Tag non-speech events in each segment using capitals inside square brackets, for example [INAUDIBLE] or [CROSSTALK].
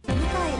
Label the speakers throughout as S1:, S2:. S1: 蘭の調和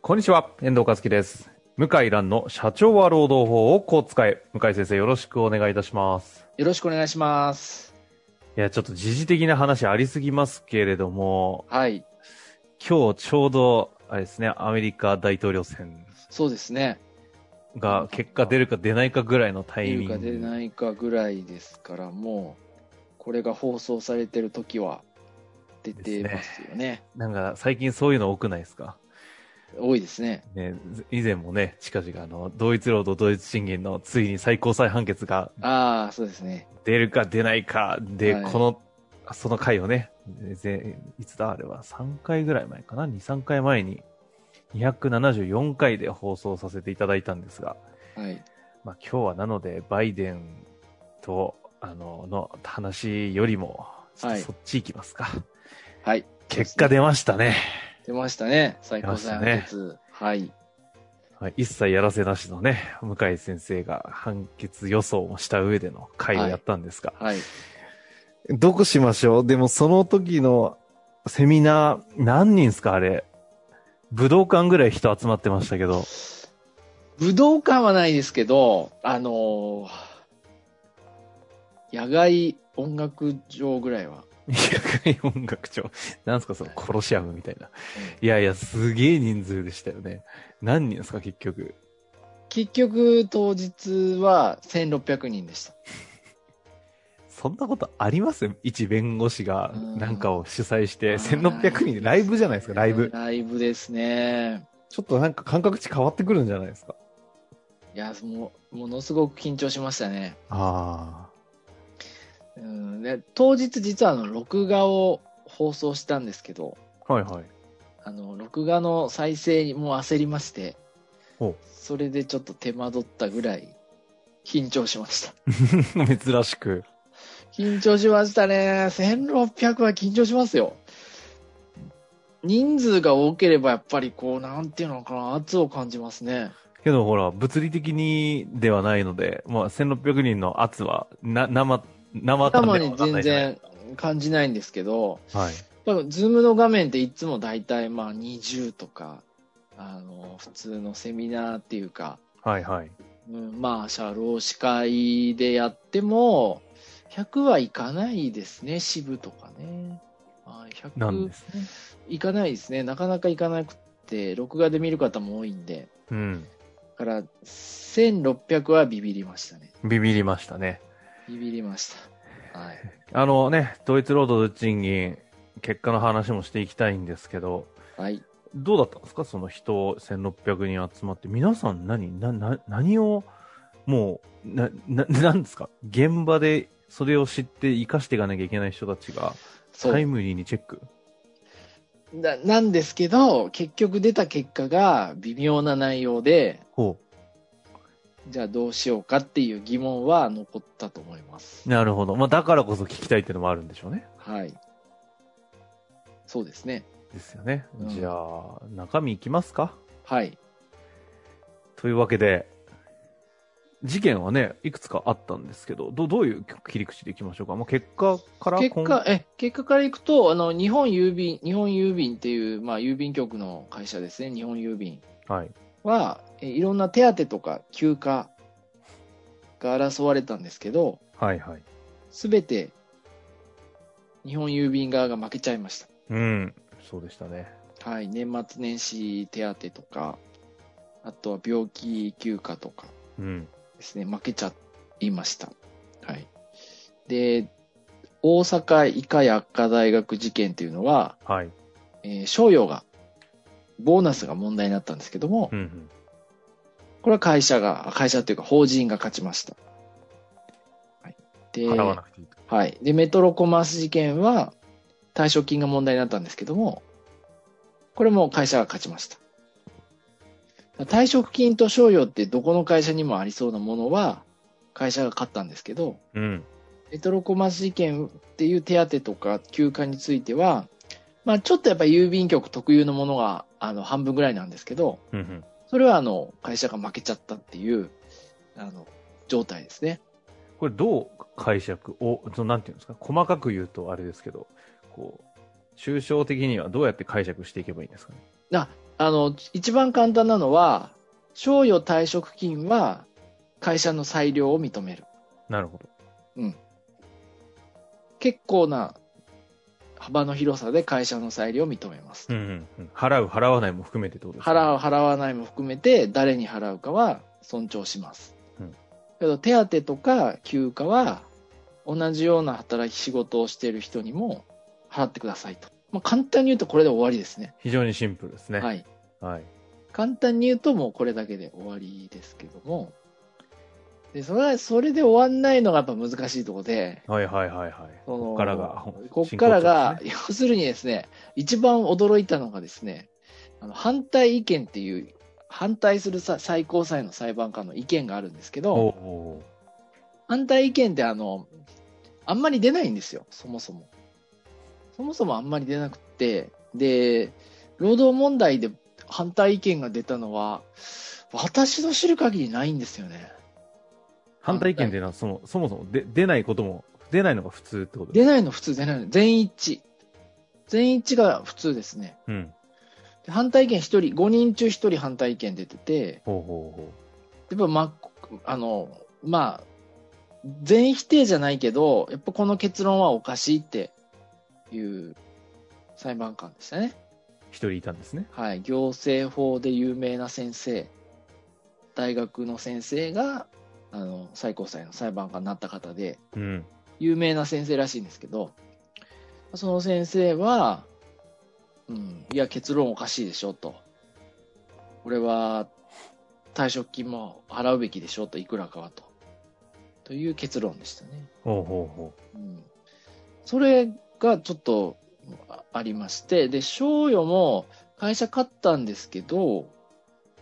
S2: こんにちは、遠藤和樹です。向井蘭の社長は労働法をこう使え。向井先生、よろしくお願いいたします。
S3: よろしくお願いします。
S2: いや、ちょっと時事的な話ありすぎますけれども、
S3: はい、
S2: 今日ちょうど、あれですね、アメリカ大統領選
S3: そうですね。
S2: が結果出るか出ないかぐらいのタイ
S3: 出
S2: ミン
S3: るか
S2: グ。
S3: 出ないかぐらいですから、もう、これが放送されてる時は出てますよね。
S2: なんか最近そういうの多くないですか
S3: 多いですね。
S2: ね、以前もね、近々あの、同一労働同一賃金のついに最高裁判決が
S3: ああ、そうですね。
S2: 出るか出ないかで、
S3: はい
S2: この、その回をね、ぜいつだあれは3回ぐらい前かな ?2、3回前に274回で放送させていただいたんですが、
S3: はい。
S2: まあ今日はなのでバイデンと、あの、の話よりも、ちょっ
S3: は
S2: と
S3: い
S2: そっち行きますか。
S3: はい。
S2: 結果出ましたね。
S3: 出ましたね。最高裁判決。はい。
S2: はい一切やらせなしのね、向井先生が判決予想をした上での回をやったんですが、
S3: はい。
S2: どこしましょうでもその時のセミナー、何人ですかあれ。武道館ぐらい人集まってましたけ [LAUGHS] ど。
S3: 武道館はないですけど、あのー野外音楽場ぐらいは。
S2: 野外音楽長。なんすかそのコロシアムみたいな。いやいや、すげえ人数でしたよね。何人ですか結局。
S3: 結局、当日は1600人でした。
S2: そんなことあります一弁護士が
S3: うん
S2: なんかを主催して、
S3: うん
S2: 1600人でライブじゃないですか、ライブ。
S3: ライブですね。
S2: ちょっとなんか感覚値変わってくるんじゃないですか。
S3: いや、もう、ものすごく緊張しましたね。
S2: あ
S3: うん、で当日実はあの、録画を放送したんですけど、
S2: あ。はいはい。
S3: あの、録画の再生にもう焦りまして
S2: ほう、
S3: それでちょっと手間取ったぐらい、緊張しました。 [LAUGHS]
S2: [LAUGHS] 珍しく。
S3: 緊張しましたね。1600は緊張しますよ。人数が多ければやっぱりこう、なんていうのかな、圧を感じますね。
S2: けどほら、物理的にではないので、まあ、1600人の圧は、な、生、生感
S3: 頭
S2: では
S3: に
S2: わかんな
S3: 全
S2: いじゃない。
S3: 然感じないんですけど、
S2: はい。
S3: やっぱズームの画面っていつも大体まあ20とか、あの、普通のセミナーっていうか、
S2: はいはい。
S3: うん、まあ、社労司会でやっても、100はいかないですね、支部とかね。はい
S2: なん
S3: 100
S2: ですね。
S3: いかないですね、なかなかいかなくて、録画で見る方も多いんで、
S2: うん。
S3: だから1600はビビりましたね。
S2: ビビりましたね。
S3: ビビりました。はい。
S2: あのね、ドイツ労働賃金、結果の話もしていきたいんですけど、
S3: はい。
S2: どうだったんですかその人1600人集まって、皆さん何、な、な、何を、もう、な、な、なんですか現場でそれを知って生かしていかなきゃいけない人たちが、
S3: そう
S2: タイムリーにチェック。
S3: ななんですけど、結局出た結果が微妙な内容で、
S2: ほ
S3: じゃあどうしようかっていう疑問は残ったと思います
S2: う。。なるほど。まあ、だからこそ聞きたいっていうのもあるんでしょうね。
S3: はい。そうですね。
S2: ですよね。
S3: うん
S2: じゃあ、中身いきますか
S3: はい。
S2: というわけで、事件はね、いくつかあったんですけど、どどういう切り口でいきましょうか、まあ、結果から
S3: 結
S2: 今
S3: 果、え、結果からいくと、あの、日本郵便、日本郵便っていう、まあ、郵便局の会社ですね、日本郵便
S2: はい、
S3: は、えいろんな手当とか休暇が争われたんですけど、
S2: はいはい。
S3: すべて、日本郵便側が負けちゃいました。
S2: うん、そうでしたね。
S3: はい、年末年始手当とか、あとは病気休暇とか
S2: うん。
S3: ですね、負けちゃいました。はい。で、大阪医科薬科大学事件っていうのは、
S2: はい。
S3: えー賞与が、ボーナスが問題になったんですけども
S2: う、ん、うん。
S3: これは会社が、会社というか法人が勝ちました。はい。で、
S2: 払わなくていいと。
S3: はい。で、メトロコマース事件は、対象金が問題になったんですけども、これも会社が勝ちました。退職金と賞与ってどこの会社にもありそうなものは、会社が勝ったんですけど、
S2: うん。
S3: レトロコマース事件っていう手当とか休暇については、まあちょっとやっぱり郵便局特有のものが、あの、半分ぐらいなんですけど、
S2: うんうん。
S3: それはあの、会社が負けちゃったっていう、あの、状態ですね。
S2: これどう解釈を、そのなんていうんですか、細かく言うとあれですけど、こう、抽象的にはどうやって解釈していけばいいんですかね。
S3: あの、一番簡単なのは、賞与退職金は会社の裁量を認める。
S2: なるほど。
S3: 結構な幅の広さで会社の裁量を認めます。
S2: うんうんうん。払う、払わないも含めてってことですか、
S3: 払う、払わないも含めて、誰に払うかは尊重します。
S2: うん
S3: けど、手当とか休暇は、同じような働き仕事をしている人にも払ってくださいと。まあ、簡単に言うとこれで終わりですね。
S2: 非常にシンプルですね。。
S3: はいい。
S2: はい。
S3: 簡単に言うともうこれだけで終わりですけども。で、それは、それで終わんないのがやっぱ難しいところで、
S2: はいはいはいはい。
S3: その
S2: こっからが、
S3: こっからが、
S2: 進行
S3: 要するにですね、一番驚いたのがですね、あの反対意見っていう、反対するさ最高裁の裁判官の意見があるんですけ
S2: 調
S3: ど、
S2: ですねおうおう
S3: 反対意見ってあの、あんまり出ないんですよ、そもそも。そもそもあんまり出なくて、で、労働問題で反対意見が出たのは、私の知る限りないんですよね。
S2: 反対意見っていうのはその、そもそもで出ないことも、出ないのが普通ってこと
S3: 出
S2: ない。
S3: ないの普通出ないの。全員一致。全員一致が普通ですね。
S2: うん。
S3: で反対意見1人、5人中1人反対意見出てて、
S2: ほうほうほ
S3: やっぱ、ま、あの、まあ、全否定じゃないけど、やっぱこの結論はおかしいっていう裁判官でしたね。
S2: う。一人いたんですね。
S3: はい。行政法で有名な先生、大学の先生が、あの、最高裁の裁判官になった方で、
S2: うん。
S3: 有名な先生らしいんですけど、その先生は、うん、いや、結論おかしいでしょと。俺は退職金も払うべきでしょと、いくらかはと。という結論でしたね。
S2: ほうほうほ
S3: うん、それがちょっとあありまして、で、賞与も会社勝ったんですけど、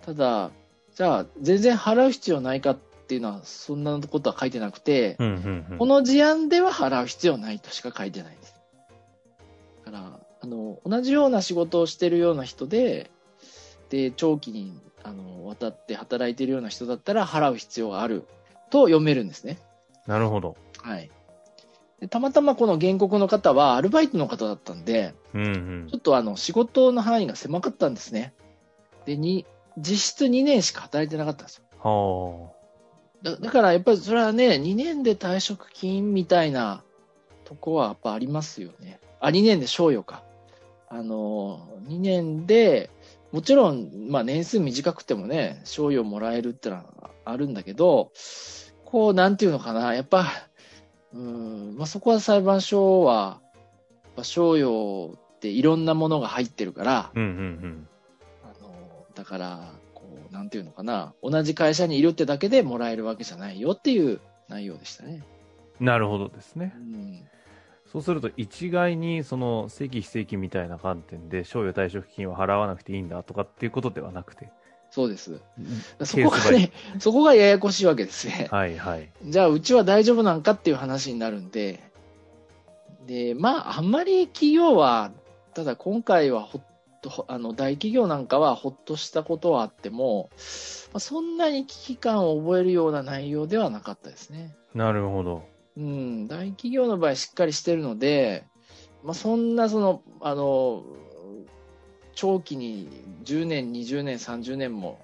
S3: ただ、じゃあ、全然払う必要ないかっていうのは、そんなことは書いてなくて、
S2: う。うんうんうん。
S3: この事案では払う必要ないとしか書いてないです。だから、あの、同じような仕事をしてるような人で、で、長期に、あの、渡って働いてるような人だったら払う必要があると読めるんですね。
S2: なるほど。
S3: はい。でたまたまこの原告の方はアルバイトの方だったんで、
S2: うんうん
S3: ちょ。っとあの、仕事の範囲が狭かったんですね。で、に、実質2年しか働いてなかったんですよ。
S2: は
S3: だだからやっぱりそれはね、2年で退職金みたいなとこはやっぱありますよね。あ、2年で賞与か。あのー、2年で、もちろん、まあ年数短くてもね、賞与もらえるってのはあるんだけど、こう、なんていうのかな、やっぱ、うーん、まあそこは裁判所は、やっぱ賞与っていろんなものが入ってるから
S2: あ。、うんうん
S3: あの、だから、こう、なんていうのかな、同じ会社にいるってだけでもらえるわけじゃないよっていう内容でしたね。
S2: うん。なるほどです
S3: う
S2: ね。
S3: ん。
S2: そうすると、一概に、その、正規非正規みたいな観点で、賞与退職金は払わなくていいんだとかっていうことではなくて。
S3: そうです。そ
S2: ケー
S3: こ
S2: ス
S3: が
S2: バイ
S3: ね、そこがややこしいわけですね。
S2: はいはい。
S3: じゃあ、うちは大丈夫なんかっていう話になるんで、で、まあ、あんまり企業は、ただ今回はほっと、ほあの、大企業なんかはほっとしたことはあっても、まあ、そんなに危機感を覚えるような内容ではなかったですね。
S2: なるほど。
S3: うん、大企業の場合しっかりしてるので、まあ、そんなその、あの、長期に10年、20年、30年も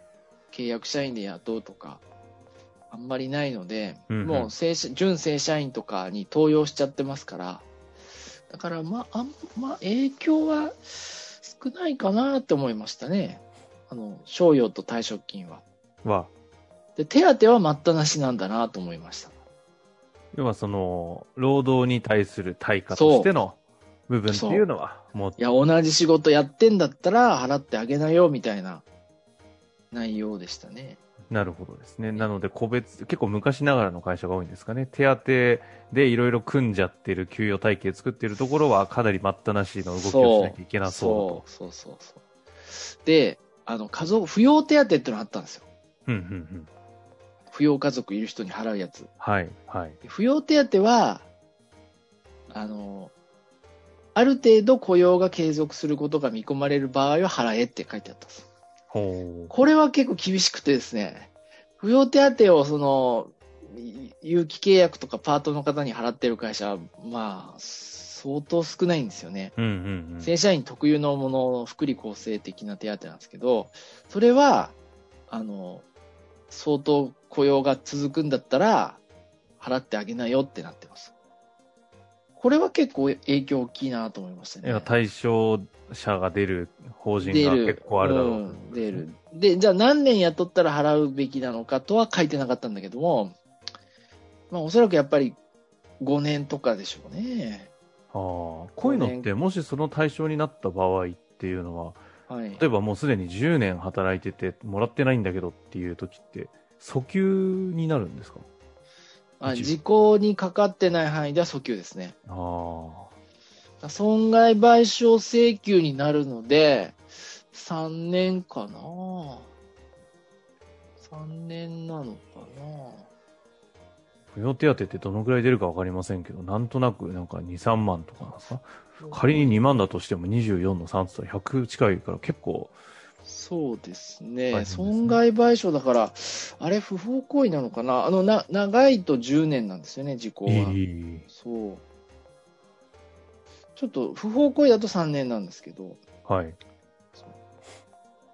S3: 契約社員で雇うとか、あんまりないので、
S2: うんうん
S3: もう正社準正社員とかに登用しちゃってますから、だから、まあ、あんまあ、影響は少ないかなって思いましたね。あの、賞与と退職金は。
S2: は、
S3: で、手当は待ったなしなんだなと思いました。
S2: 要はその、労働に対する対価としての部分っていうのは、もう
S3: い、や、同じ仕事やってんだったら払ってあげなよ、みたいな内容でしたね。
S2: なるほどですね。なので、個別、結構昔ながらの会社が多いんですかね。手当てでいろいろ組んじゃってる給与体系作ってるところは、かなり待ったなしの動きをしなきゃいけなそ
S3: そうそうそうそうであの家族扶養手当っていうのがあったんですよ
S2: うだと。うん、うん、うん。
S3: 扶養家族いる人に払うやつ
S2: はい、はい。
S3: で扶養手当はあのある程度雇用が継続することが見込まれる場合は払えって書いてあったんです
S2: ほ
S3: これは結構厳しくてですね扶養手当をそのい有期契約とかパートの方に払ってる会社はまあ相当少ないんですよね
S2: う。うん、うん、うん。
S3: 正社員特有のものの福利厚生的な手当なんですけど、それは、あの、相当雇用が続くんだったら、払ってあげなよってなってます。これは結構影響大きいなと思いました
S2: いや
S3: ね。
S2: 対象者が出る法人
S3: 出
S2: が
S3: る
S2: 結構あるだろう。
S3: ん出る。で、じゃあ何年雇ったら払うべきなのかとは書いてなかったんだけども、まあおそらくやっぱり5年とかでしょうね。
S2: ああ、こういうのって、もしその対象になった場合っていうのは、
S3: はい。
S2: 例えばもうすでに10年働いてて、もらってないんだけどっていう時って、訴求になるんですか
S3: あ時効にかかってない範囲では訴求ですね。
S2: ああ。
S3: 損害賠償請求になるので、3年かな3年なのか
S2: 扶養手当ってどのくらい出るかわかりませんけど、なんとなくなんか2、3万とかなんですか
S3: な
S2: 仮に2万だとしても24の3つと100近いから結構、
S3: そうですね。
S2: 大変ですね
S3: 損害賠償だから、あれ不法行為なのかなあの、な、長いと10年なんですよね、時効は。
S2: いい。
S3: そう。ちょっと、不法行為だと3年なんですけど。
S2: はい
S3: そう。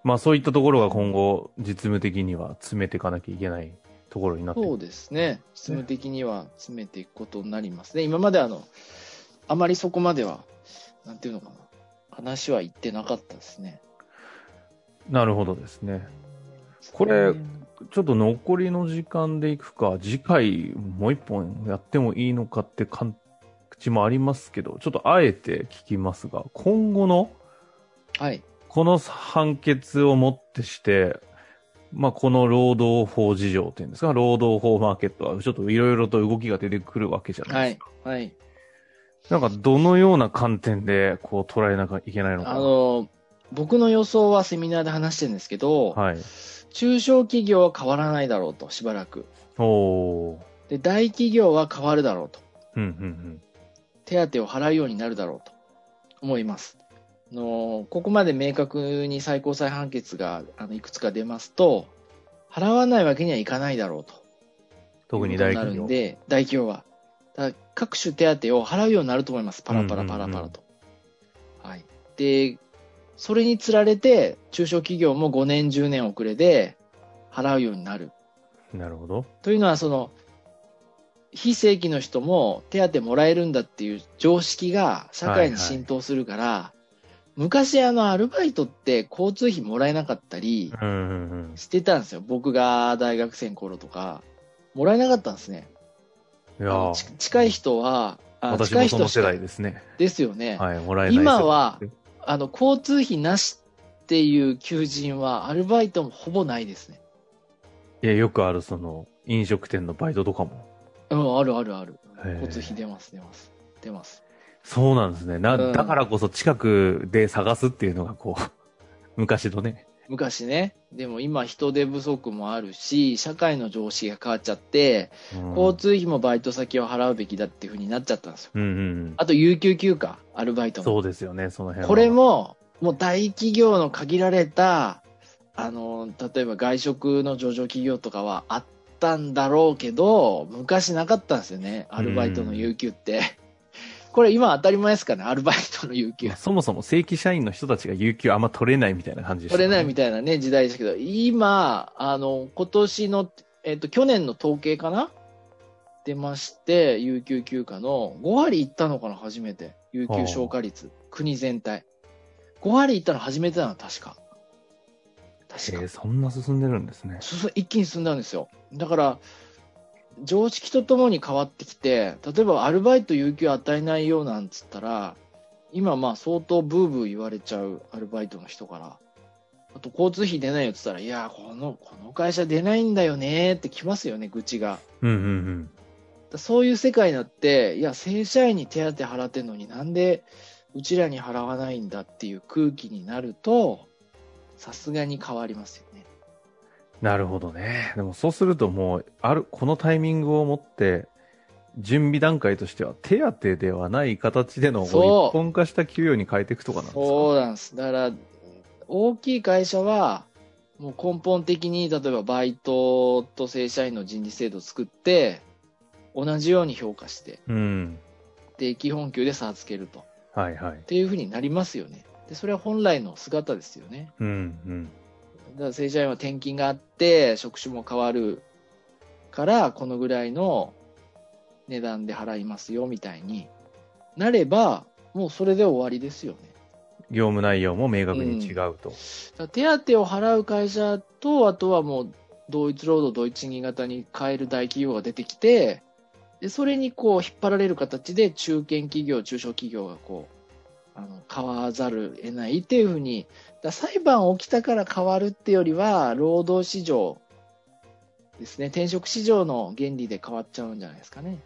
S2: まあそういったところが今後実務的には詰めていかなきゃいけないところになって
S3: そうですね、実務的には詰めていくことになりますね、今まであのあまりそこまでは、なんていうのかな、話は言ってなかったですね。
S2: なるほどですね。これ
S3: そうね
S2: ちょっと残りの時間でいくか、次回もう一本やってもいいのかって感口もありますけど、ちょっとあえて聞きますが、今後の
S3: はい、
S2: この判決をもってして、まあ、この労働法事情っていうんですか、労働法マーケットはちょっといろいろと動きが出てくるわけじゃな
S3: はい
S2: で
S3: い
S2: すか。、
S3: はい。
S2: なんかどのような観点でこう捉えなきゃいけないのか
S3: あ
S2: な。
S3: の、僕の予想はセミナーで話してるんですけど、
S2: はい。
S3: 中小企業は変わらないだろうと、しばらく。
S2: おー。
S3: で、大企業は変わるだろうと。
S2: うんうん
S3: 手当を払うようになるだろうと思います。あのここまで明確に最高裁判決があのいくつか出ますと、払わないわけにはいかないだろうと。
S2: うん。特に大
S3: いう
S2: 企
S3: ことになる
S2: 業。
S3: んで、大企業は。だから各種手当を払うようになると思います。パラパラパラパラと。はい。で、それにつられて、中小企業も5年、10年遅れで払うようになる。
S2: なるほど。
S3: というのは、その、非正規の人も手当もらえるんだっていう常識が社会に浸透するから、昔、あの、アルバイトって交通費もらえなかったり
S2: うんうんうん。
S3: してたんですよ。僕が大学生の頃とか。もらえなかったんですね。
S2: いや
S3: あのち
S2: ー
S3: 近い人は、あ
S2: 私
S3: 近
S2: も
S3: い
S2: そ
S3: 人
S2: の
S3: し
S2: 世
S3: か
S2: 代ですね。
S3: ですよね。
S2: はい、もらえない世代
S3: 今は
S2: ですね、
S3: あの、交通費なしっていう求人は、アルバイトもほぼないですね。
S2: いや、よくある、その、飲食店のバイトとかも。
S3: うん、あるあるある
S2: へー。
S3: 交通費出ます、出ます。出ます。
S2: そうなんですね。な、
S3: うん
S2: だからこそ近くで探すっていう [LAUGHS] のが、こう、昔のね。
S3: 昔ね。でも今人手不足もあるし、社会の常識が変わっちゃって、
S2: うん
S3: 交通費もバイト先を払うべきだっていうふうになっちゃったんですよ。
S2: うんうん
S3: あと、有給休暇、アルバイ
S2: う
S3: ト
S2: ん。
S3: も。
S2: そうですよね、その辺は
S3: これ、も、もう大企業の限られた、あの、例えば外食の上場企業とかはあったんだろうけど、昔なかったんですよね。アルバイトの有給って。これ今当たり前ですかね、アルバイトの有給
S2: まあ。そもそも正規社員の人たちが有給あんま取れないみたいな感じでした
S3: 取
S2: ね
S3: れないみたいなね、時代でしたけど、今、あの、今年の、えっと、去年の統計かな出まして、有給休暇の5割いったのかな、初めて。有給消化率。国全体。5割いったの初めてなの、確か。確
S2: えー
S3: か。
S2: そんな進んでるんですね。
S3: すす一気に進んだんですよ。だから、常識とともに変わってきて、例えばアルバイト有給与えないようなんつったら、今まあ相当ブーブー言われちゃうアルバイトの人から、あと交通費出ないよって言ったら、いや、この、この会社出ないんだよねってきますよね、愚痴が。
S2: うんうん
S3: だそういう世界になって、いや、正社員に手当払ってんのになんでうちらに払わないんだっていう空気になると、さすがに変わりますよね。
S2: なるほどね。でもそうするともう、ある、このタイミングをもって、準備段階としては手当てではない形での
S3: そう
S2: 一本化した給与に変えていくとかなんですか
S3: そうなんです。だから、大きい会社は、もう根本的に、例えばバイトと正社員の人事制度を作って、同じように評価して、
S2: うん。
S3: で、基本給で差をつけると。っ
S2: はいはい。
S3: ていうふうになりますよね。で、それは本来の姿ですよね。
S2: うんうん。
S3: だから正社員は転勤があって職種も変わるからこのぐらいの値段で払いますよみたいになればもうそれで終わりですよね
S2: 業務内容も明確に違うと。
S3: だから手当を払う会社とあとはもう同一労働同一賃金型に変える大企業が出てきてでそれにこう引っ張られる形で中堅企業中小企業がこうあの変わざるを得ないっていうふうにだから裁判起きたから変わるってよりは労働市場ですね転職市場の原理で変わっちゃうんじゃないですかね。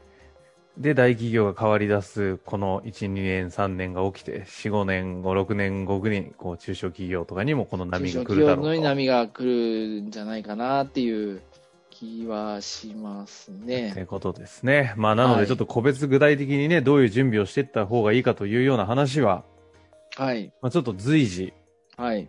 S2: で、大企業が変わり出す、この1、2年、3年が起きて、4、5年、5、6年、5年、こう、中小企業とかにもこの波が来るだろ
S3: 中小企業の
S2: う
S3: に
S2: と。
S3: 波が来るんじゃないかなっていう気はしますね。
S2: ということですね。まあ、なの
S3: は
S2: で、
S3: い
S2: ちょっと個別具体的にね、どういう準備をしていった方がいいかというような話は、
S3: はい。
S2: まあ、ちょっと随時
S3: はい。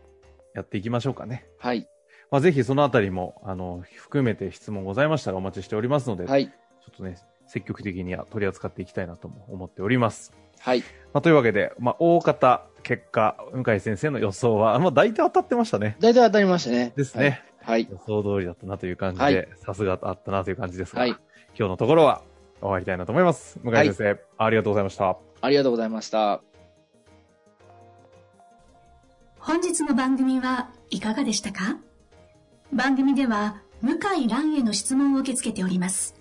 S2: やっていきましょうかね。
S3: はい。
S2: まあ、ぜひそのあたりも、あの、含めて質問ございましたらお待ちしておりますので、
S3: はい。
S2: ちょっとね、積極的には取り扱っていきたいなとも思っております。
S3: はい。
S2: まあ、というわけで、まあ、大方、結果、向井先生の予想は、まあ、大体当たってましたね。
S3: 大体当たりましたね。
S2: ですね。
S3: はい。はい。
S2: 予想通りだったなという感じで、
S3: はい
S2: さすがあったなという感じですが、
S3: はい
S2: 今日のところは終わりたいなと思います。向井先生、ありがとうございました。
S3: ありがとうございました。
S1: 本日の番組はいかがでしたか番組では向井蘭への質問を受け付けております。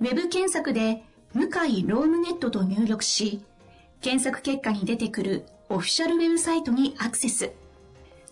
S1: ウェブ検索で向井ロームネットと入力し、検索結果に出てくるオフィシャルウェブサイトにアクセス。